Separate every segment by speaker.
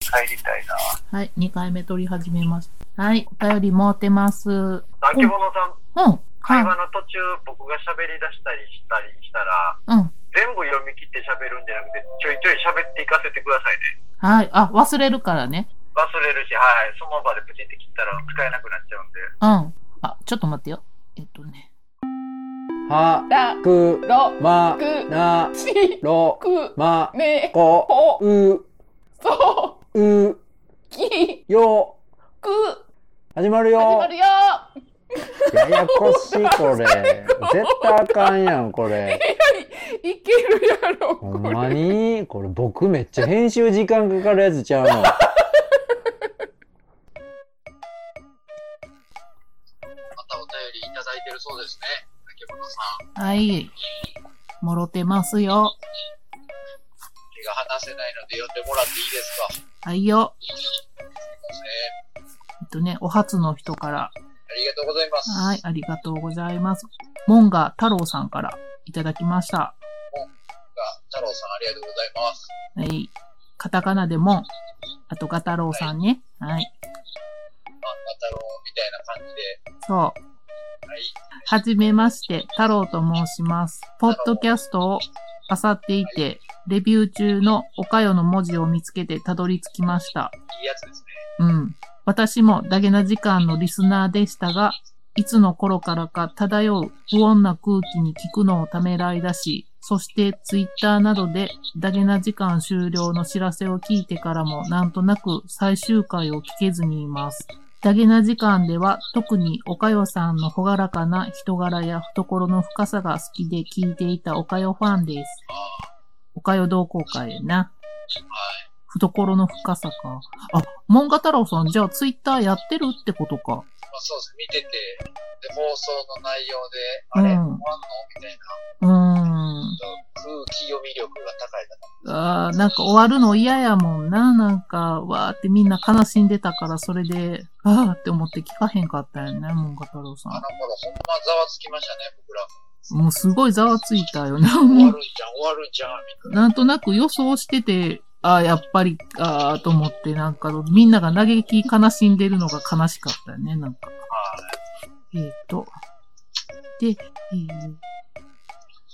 Speaker 1: 帰りたいな。
Speaker 2: はい、2回目取り始めます。はい、お便り持ってます。うん、
Speaker 1: あけぼのさん、会
Speaker 2: は
Speaker 1: 話の途中、僕が喋り出したりしたりしたら、
Speaker 2: い、うん。
Speaker 1: 全部読み切って喋るんじゃなくて、ちょいちょい喋っていかせてくださいね。
Speaker 2: はい、あ、忘れるからね。
Speaker 1: 忘れるし、はい、その場でプチって切ったら使えなくなっちゃうんで。
Speaker 2: うん。あ、ちょっと待ってよ。えっとね。
Speaker 3: は、
Speaker 4: ら、
Speaker 3: く、
Speaker 4: ろ、
Speaker 3: ま、
Speaker 4: く、
Speaker 3: な、
Speaker 4: し、
Speaker 3: ろ、
Speaker 4: く、
Speaker 3: ま、
Speaker 4: ね、
Speaker 3: こ、
Speaker 4: ほ、
Speaker 3: う、、
Speaker 4: そうう、き、
Speaker 3: よ、
Speaker 4: く、
Speaker 3: 始まるよ
Speaker 4: 始まるよ
Speaker 3: ややこしい、これ。絶対あかんやん、これ。
Speaker 4: いけるやろ、
Speaker 3: ほ
Speaker 4: こ
Speaker 3: ん
Speaker 4: れ。
Speaker 3: まにこれ僕めっちゃ編集時間かかるやつちゃうの。
Speaker 1: またお便りいただいてるそうですね。あけぼのさん、
Speaker 2: はい。もろてますよ。
Speaker 1: 手が離せないので呼んでもらっていいですか
Speaker 2: はいよ。
Speaker 1: す
Speaker 2: えっとね、お初の人から。
Speaker 1: ありがとうございます
Speaker 2: はい、ありがとうございます。モンガ太郎さんからいただきました。
Speaker 1: 太郎さん、ありがとうございます。
Speaker 2: はい。カタカナでも、あとガタロウさんね。はい。
Speaker 1: 漫画太郎みたいな感じで、
Speaker 2: そう。
Speaker 1: はい。
Speaker 2: はじめまして、太郎と申します。ポッドキャストを漁っていて、レビュー中のおかよの文字を見つけてたどり着きました。
Speaker 1: いいやつですね。
Speaker 2: うん。私もダゲな時間のリスナーでしたが、いつの頃からか漂う不穏な空気に聞くのをためらいだし、そしてツイッターなどでダゲな時間終了の知らせを聞いてからもなんとなく最終回を聞けずにいます。ダゲな時間では特におかよさんのほがらかな人柄や懐の深さが好きで聞いていたおかよファンです。おかよ同好会やな。懐の深さか。あ、モンガ太郎さん、じゃあツイッターやってるってことか。
Speaker 1: まあ、そうですね。見てて、で、放送の内容で、あ
Speaker 2: う
Speaker 1: れ、終
Speaker 2: ん
Speaker 1: わんのみたいな、
Speaker 2: うーん。
Speaker 1: 空気読み力が高いな。
Speaker 2: あーなんか終わるの嫌やもんな。なんか、わーってみんな悲しんでたから、それで、あーって思って聞かへんかったよね、モンガ太郎さ
Speaker 1: あの頃、ほんまざわつきましたね、僕ら
Speaker 2: ん。もうすごいざわついたよね。
Speaker 1: も。終
Speaker 2: も
Speaker 1: わ
Speaker 2: う
Speaker 1: るんじゃん、終わるんじゃん、みたい な。
Speaker 2: なんとなく予想してて、ああ、やっぱり、ああ、と思って、なんか、みんなが嘆き悲しんでるのが悲しかったよね、なんか。えっ、ー、と。で、えー、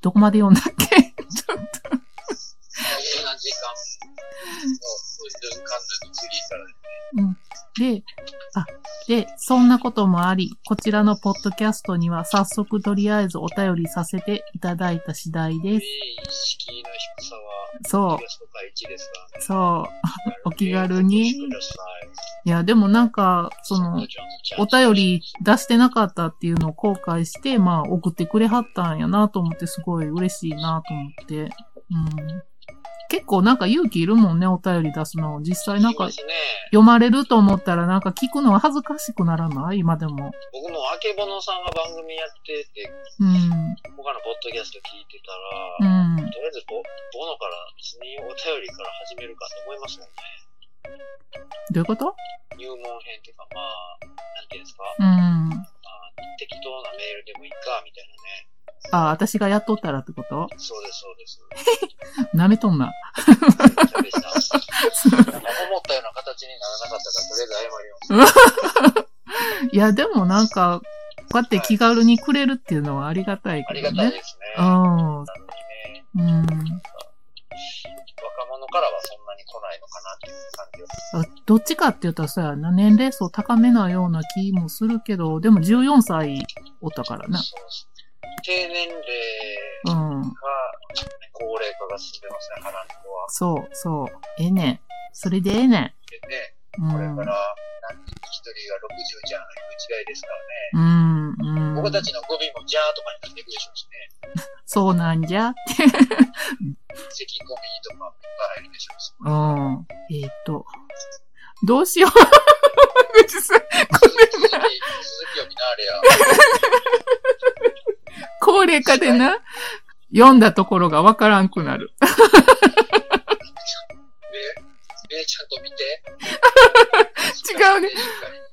Speaker 2: どこまで読んだっけちょっと
Speaker 1: そんな時間、もう、うんぬんかんぬん次からね。
Speaker 2: で、あ、で、そんなこともあり、こちらのポッドキャストには早速とりあえずお便りさせていただいた次第です。
Speaker 1: いい敷居の低さは、
Speaker 2: そ
Speaker 1: ゲストか1ですから
Speaker 2: う、
Speaker 1: ね。
Speaker 2: そう。お気軽に
Speaker 1: お越しください
Speaker 2: いや、でもなんか、その、お便り出してなかったっていうのを後悔して、まあ、送ってくれはったんやなと思って、すごい嬉しいなと思って。うん。結構なんか勇気いるもんね、お便り出すの。実際なん
Speaker 1: い
Speaker 2: か
Speaker 1: い、ですね、
Speaker 2: 読まれると思ったらなんか聞くのは恥ずかしくならない今でも。
Speaker 1: 僕もあけぼのさんが番組やってて、
Speaker 2: うん。
Speaker 1: 他のポッドキャスト聞いてた
Speaker 2: う
Speaker 1: ら、
Speaker 2: ん。
Speaker 1: とりあえずボボノから、別にお便りから始めるかと思いますもんね。
Speaker 2: どういうこと
Speaker 1: 入門編とか、まあ、なんていうんですか、
Speaker 2: うん。
Speaker 1: まあ、適当なメールでもいいか、みたいなね。
Speaker 2: あ、私がやっとったらってこと
Speaker 1: そうです、そうです。
Speaker 2: 舐めとんな。
Speaker 1: そうでした 思ったような形にならなかったから、とりあえず謝りま
Speaker 2: い
Speaker 1: す。
Speaker 2: や、でもなんか、こうやって気軽にくれるっていうのはありがたい
Speaker 1: あ
Speaker 2: け
Speaker 1: り
Speaker 2: ど
Speaker 1: がたい
Speaker 2: ね。
Speaker 1: ですね。
Speaker 2: う
Speaker 1: なの
Speaker 2: ん。うん。
Speaker 1: にね、若者からはそんなに来ないのかなっていう感じは。
Speaker 2: どっちかって言ったらさ、年齢層高めなような気もするけど、でも14歳おったからな。
Speaker 1: そうです低年齢が、
Speaker 2: うん。
Speaker 1: 高齢化が進んでますね、花子は。
Speaker 2: そう、そう。ええねん。それでええね
Speaker 1: でね、
Speaker 2: ん。う
Speaker 1: これ
Speaker 2: ん。
Speaker 1: から、なんて一人が60じゃん、いう時代ですからね。
Speaker 2: うん、う
Speaker 1: 僕
Speaker 2: ん
Speaker 1: た。ちの語尾もじゃーとかになっていくでしょうしね。
Speaker 2: そうなんじゃ。
Speaker 1: 咳込みとかもいっぱい入るでしょうし。
Speaker 2: うん。えっ、と。どう しよう。口さん
Speaker 1: 続き、続きを見なあれや。
Speaker 2: 高齢化でな、読んだところがわからんくなる。
Speaker 1: 目、目ちゃんと見て。
Speaker 2: 違うね。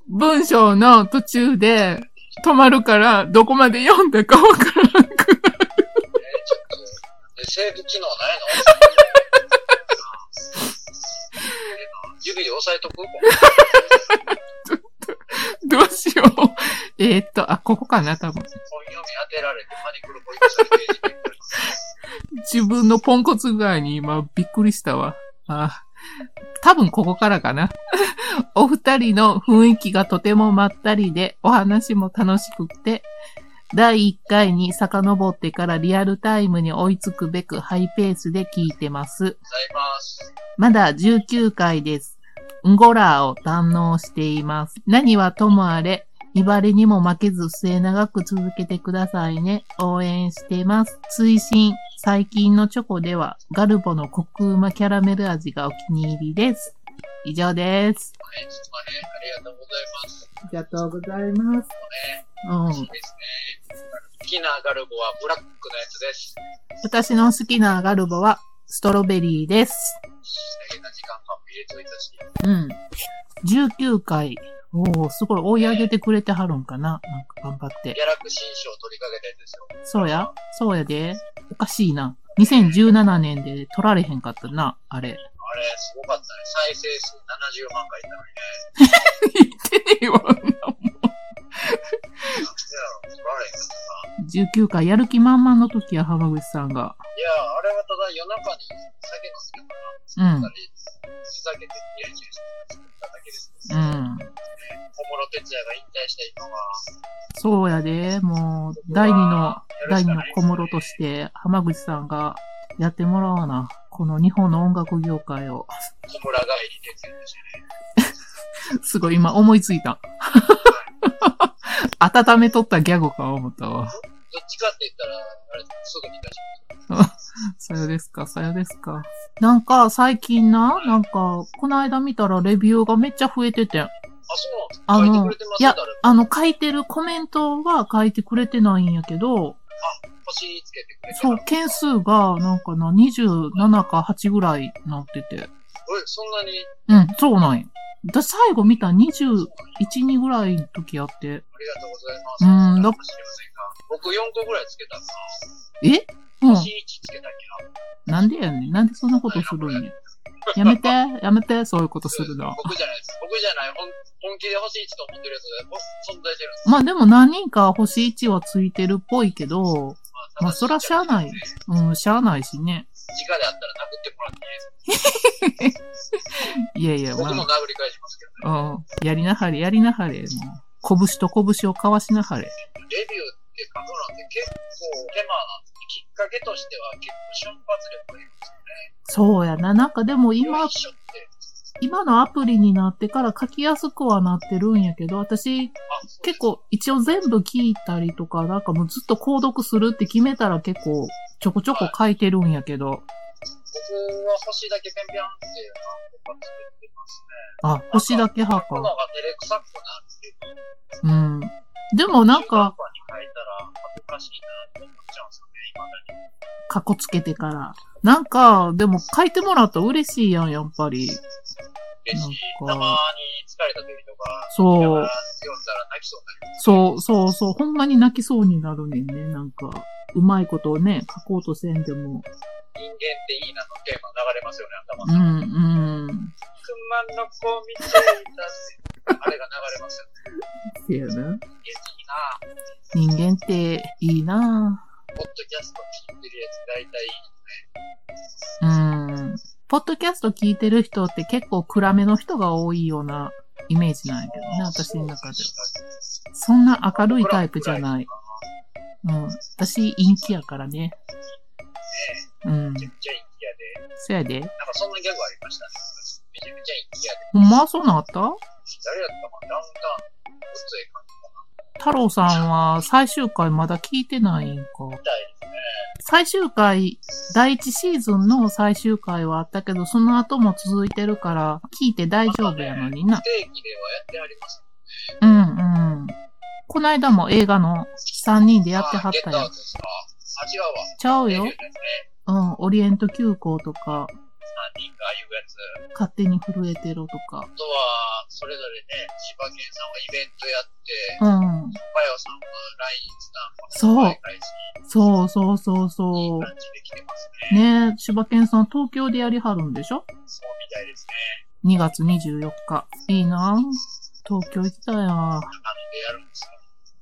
Speaker 2: 文章の途中で止まるから、どこまで読んだかわからんくなる。
Speaker 1: えちょっと、 えセーブ機能ないのえ指で押さえとくこ
Speaker 2: どうしよう。 えーっと、あ、ここかな、多分。
Speaker 1: 本読み当てられてパニクルポイントされてページめくる
Speaker 2: 自分のポンコツ具合に今びっくりしたわ。あ多分ここからかな。 お二人の雰囲気がとてもまったりで、お話も楽しくて、第1回に遡ってからリアルタイムに追いつくべくハイペースで聞いてます。
Speaker 1: ございます。
Speaker 2: まだ19回です。ンゴラーを堪能しています。何はともあれ、威張りにも負けず末長く続けてくださいね。応援してます。推進、最近のチョコでは、ガルボのコクうまキャラメル味がお気に入りです。以上です。
Speaker 1: はい、すまね、ありがとうございます。
Speaker 2: ありがとうございます。う
Speaker 1: い
Speaker 2: ん
Speaker 1: い。ですね。好きなガルボはブラックのやつです。
Speaker 2: 私の好きなガルボは、ストロベリーです。
Speaker 1: 変な時間感も入れといたし、
Speaker 2: うん。19回。おー、すごい追い上げてくれてはるんかななんか頑張って。
Speaker 1: ギャラクシー賞を取りかけてんですよ。
Speaker 2: そうや、そうやで。おかしいな。2017年で取られへんかったな、あれ。
Speaker 1: あれ、すごかったね。再生数70万回いったのにね。なんでやろ、取られへんかったな。
Speaker 2: 19回やる気満々の時や、浜口さんが。
Speaker 1: いや、あれはただ夜中に酒飲んで
Speaker 2: うん
Speaker 1: たり、ふざけてニヤニヤしてただけです。
Speaker 2: う
Speaker 1: 小室
Speaker 2: ん。
Speaker 1: 哲也が引退した今は、
Speaker 2: そうやで、もう、第二の、第二の小室と
Speaker 1: て。
Speaker 2: して、浜口さんがやってもらおうな。この日本の音楽業界を。
Speaker 1: 小村帰りでって言うんですよね。
Speaker 2: すごい、今思いついた。 温めとったギャグか思ったわ。
Speaker 1: どっちかって言ったら、あれ、すぐに出します。
Speaker 2: さよですか、さよですか。なんか、最近な、なんか、この間見たらレビューがめっちゃ増えててん。
Speaker 1: あ、
Speaker 2: あ
Speaker 1: そうな
Speaker 2: の
Speaker 1: んですか書いてくれてま
Speaker 2: い
Speaker 1: す
Speaker 2: や
Speaker 1: よ、誰も。
Speaker 2: あの、書いてるコメントは書いてくれてないんやけど、
Speaker 1: 星につけてくれて
Speaker 2: そ
Speaker 1: は
Speaker 2: う
Speaker 1: る、
Speaker 2: 件数が、なんかな、27か8ぐらいなってて。
Speaker 1: え、そんなに、
Speaker 2: うん、そうなんや。だ最後見た21、2ぐらいの時やって。
Speaker 1: ありがとうございます。
Speaker 2: うん
Speaker 1: な
Speaker 2: ど
Speaker 1: か知りませんが。僕4個ぐらいつけたんか
Speaker 2: えう
Speaker 1: な。
Speaker 2: ん
Speaker 1: 星。1つけたっけな。
Speaker 2: なんでやねん。なんでそんなことするんや。やめて、やめて、そういうことするの。
Speaker 1: 僕じゃないです。僕じゃない。本本気で星1と思ってるやつが存在してるんです。
Speaker 2: まあでも何人か星1はついてるっぽいけど、まあそらしゃあない
Speaker 1: 直で
Speaker 2: うん、しゃあないしね。
Speaker 1: あったら殴ってもらっていいです。
Speaker 2: いやいや、
Speaker 1: 僕も
Speaker 2: ま
Speaker 1: 殴り返しますけどね。
Speaker 2: あ、うん。やりなはれ、やりなはれ。もう拳と拳を交わしなはれ。
Speaker 1: レビューって書くのって結構手間なんです。きっかけとしては結構瞬発力がいるんですよね。
Speaker 2: そうやな。なんかでも今
Speaker 1: よい、しょって。
Speaker 2: 今のアプリになってから書きやすくはなってるんやけど、私
Speaker 1: あ、そうです
Speaker 2: 結構一応全部聞いたりとか、なんかもうずっと購読するって決めたら結構ちょこちょこ書いてるんやけど、
Speaker 1: 僕は星だけペンペンって何個か作ってます
Speaker 2: あ、星だけ派
Speaker 1: ね。今
Speaker 2: か。
Speaker 1: が照れくさくなるっていうか
Speaker 2: うん。でもなんか、
Speaker 1: 中途半端に変えたら恥ずかしいなって思っちゃうんですよね、今だに。
Speaker 2: かっこつけてから。なんか、でも書いてもらったら嬉しいやん、やっぱり。
Speaker 1: 嬉しい。
Speaker 2: な
Speaker 1: た
Speaker 2: んか
Speaker 1: まに疲れた時とか、だ
Speaker 2: そ
Speaker 1: か
Speaker 2: う
Speaker 1: ら。読んだら泣きそうになる。
Speaker 2: そう、そう、そう。ほんまに泣きそうになるねんね。なんか、うまいことをね、書こうとせんでも。
Speaker 1: 人間っていいなの テーマ流れますよね、頭
Speaker 2: う
Speaker 1: の中。
Speaker 2: ん、うん。
Speaker 1: 熊の子見ていたって。あれが流れますよね。
Speaker 2: せやな。
Speaker 1: 人
Speaker 2: 人間
Speaker 1: 間っていいな
Speaker 2: っていいな
Speaker 1: ポッドキャスト聞いてるやつ大体
Speaker 2: うん。ポッドキャスト聞いてる人って結構暗めの人が多いようなイメージなんやけどね、私の中では。そんな明るいタイプじゃない。うん。私、陰気やからね。うん
Speaker 1: め。ちゃめちゃ陰気やで。
Speaker 2: そやで。
Speaker 1: なんかそんなギャグありましたね。めちゃめちゃ陰気やで。
Speaker 2: ほんまそうなんあった
Speaker 1: 誰やったかなダウンタウン。ごっつええ感じかな。
Speaker 2: 太郎さんは最終回まだ聞いてないんか。
Speaker 1: みたいですね。
Speaker 2: 最終回、第一シーズンの最終回はあったけど、その後も続いてるから、聞いて大丈夫やのにな
Speaker 1: 不。定期ではやってあります。
Speaker 2: うんうん。こないだも映画の3人でやってはったや
Speaker 1: あゲットアウ
Speaker 2: ん
Speaker 1: ト。ですかあ、違うわ。
Speaker 2: ちゃう
Speaker 1: デビュ
Speaker 2: よ
Speaker 1: ーのや。つね。
Speaker 2: うん。オリエント急行とか、
Speaker 1: 何人かああいうやつ。
Speaker 2: 勝手に震えてろとか。
Speaker 1: あとは、それぞれね、千葉県さんはイベントやって、
Speaker 2: うん。
Speaker 1: マヨさんは LINE スタンプ
Speaker 2: そう
Speaker 1: の開会式
Speaker 2: そうそうそうそ
Speaker 1: いい感じで来てます
Speaker 2: う。
Speaker 1: ね。
Speaker 2: ねえ、柴犬さん東京でやりはるんでしょ
Speaker 1: そうみたいですね。
Speaker 2: ?2 月24日。いいなぁ東京行きたいな
Speaker 1: 長野でやるんですよ。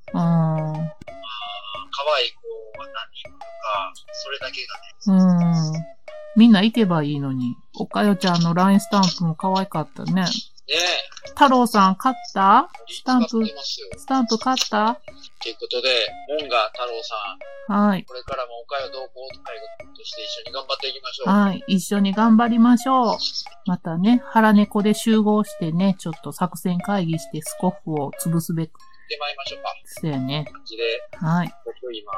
Speaker 2: ぁ
Speaker 1: 可愛い子が何人いるか、それだけがね。
Speaker 2: うん。うん。みんな行けばいいのに。おかよちゃんの LINE スタンプも可愛かったね。
Speaker 1: ねえ、
Speaker 2: 太郎さん買ったスタン
Speaker 1: 使っ
Speaker 2: プ
Speaker 1: て、ますよ。
Speaker 2: スタンプ買った
Speaker 1: ということで、モンガ太郎さん、
Speaker 2: はい。
Speaker 1: これからもおかよ同行会として一緒に頑張っていきましょう。
Speaker 2: はい。一緒に頑張りましょう。またね、腹猫で集合してね、ちょっと作戦会議してスコフを潰すべく
Speaker 1: 出まいりましょうか。
Speaker 2: ですよね。
Speaker 1: 感じで、
Speaker 2: はい。
Speaker 1: 僕今、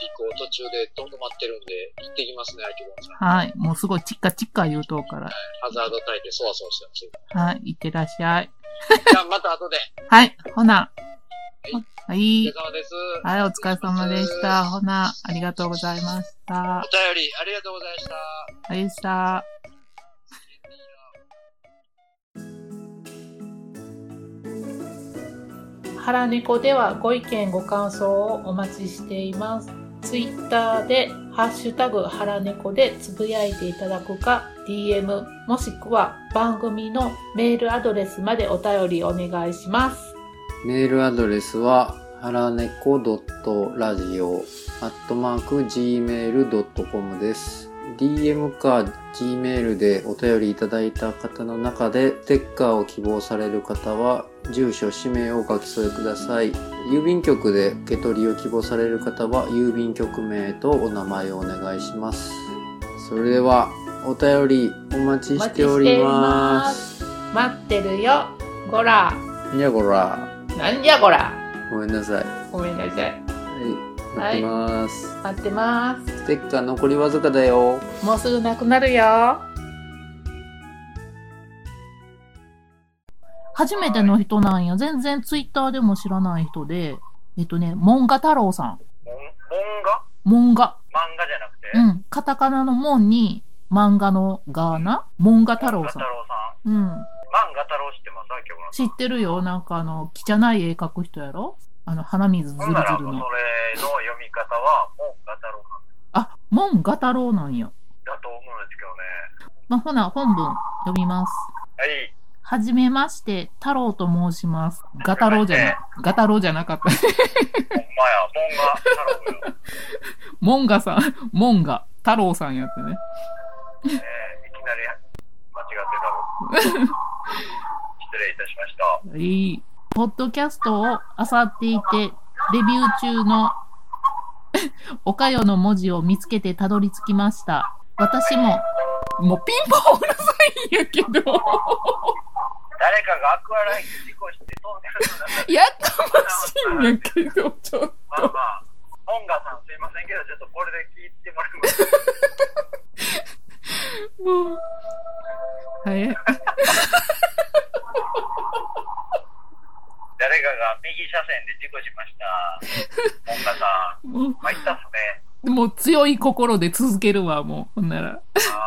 Speaker 1: 移行途中でどんどん待ってるんで、行ってきますね、秋元さん。
Speaker 2: はい。もうすごいチッカチッカ言うとうから。
Speaker 1: ハザード耐えてそわそわしてますよ。
Speaker 2: はい。いってらっしゃい。
Speaker 1: じゃあまた後で。
Speaker 2: はい。ほな。は
Speaker 1: お疲
Speaker 2: い
Speaker 1: れ。様です。
Speaker 2: はい、お疲れ様でした。ほな、ありがとうございまし
Speaker 1: お
Speaker 2: た。
Speaker 1: 便りありがとうございました。
Speaker 2: ありがとうございました。ハラネコではご意見ご感想をお待ちしています。ツイッターでハッシュタグハラネコでつぶやいていただくか DM もしくは番組のメールアドレスまでお便りお願いします。
Speaker 5: メールアドレスは、はらねこ .radio、アットマーク、gmail.com です。DM か Gmail でお便りいただいた方の中で、ステッカーを希望される方は、住所、氏名をお書き添えください。郵便局で受け取りを希望される方は、郵便局名とお名前をお願いします。それでは、お便りお待ちしております。
Speaker 2: 待ってるよ。ごら。
Speaker 5: にゃごら、
Speaker 2: なんじゃごら。
Speaker 5: ごめんなさい。
Speaker 2: ごめんなさい。
Speaker 5: はい、待ってます。
Speaker 2: 待ってます。
Speaker 5: ステッカー残りわずかだよ。
Speaker 2: もうすぐなくなるよ。初めての人なんや。全然ツイッターでも知らない人で。えっとね、モンガ太郎さん。
Speaker 1: モンガ
Speaker 2: モンガ。
Speaker 1: 漫画じゃなくて
Speaker 2: うん。カタカナのモンに漫画のガーナモンガ太郎さん。
Speaker 1: 郎さん。
Speaker 2: うん。
Speaker 1: 漫画太郎知ってます秋元
Speaker 2: 知ってるよ。なんかあの、汚い絵描く人やろあの、鼻水ズルズ
Speaker 1: ほ
Speaker 2: ル
Speaker 1: んなら、それの
Speaker 2: の。
Speaker 1: 読み方は、もうガタロウなん
Speaker 2: あ、モンガ太郎なんや。
Speaker 1: だと思うんですけどね。
Speaker 2: まあ、ほな、本文読みます。
Speaker 1: はい。
Speaker 2: はじめまして、太郎と申します。ガタロウじゃない。ガタロウじゃなかった。
Speaker 1: ほんまや、モンガ太郎よ。
Speaker 2: モンガさん、 モンガ、太郎さんやってね。
Speaker 1: えーいきなり間違ってたろう。失礼いたしました。
Speaker 2: いい。ポッドキャストを漁っていて、レビュー中の おかよの文字を見つけてたどり着きました。私も、もうピンポンうるさいんやけど、
Speaker 1: 誰かがアクアラインで事故して飛んでるのだ
Speaker 2: やかましいんやけど、ちょっと。
Speaker 1: まあまあ、モンガさんすいませんけど、ちょっとこれで聞いてもらいます。
Speaker 2: もう。早い。
Speaker 1: 誰かが右車線で事故しました。モンガさん、
Speaker 2: も
Speaker 1: 参ったっすね。
Speaker 2: う、もう強い心で続けるわ、もう。ほんなら。
Speaker 1: あ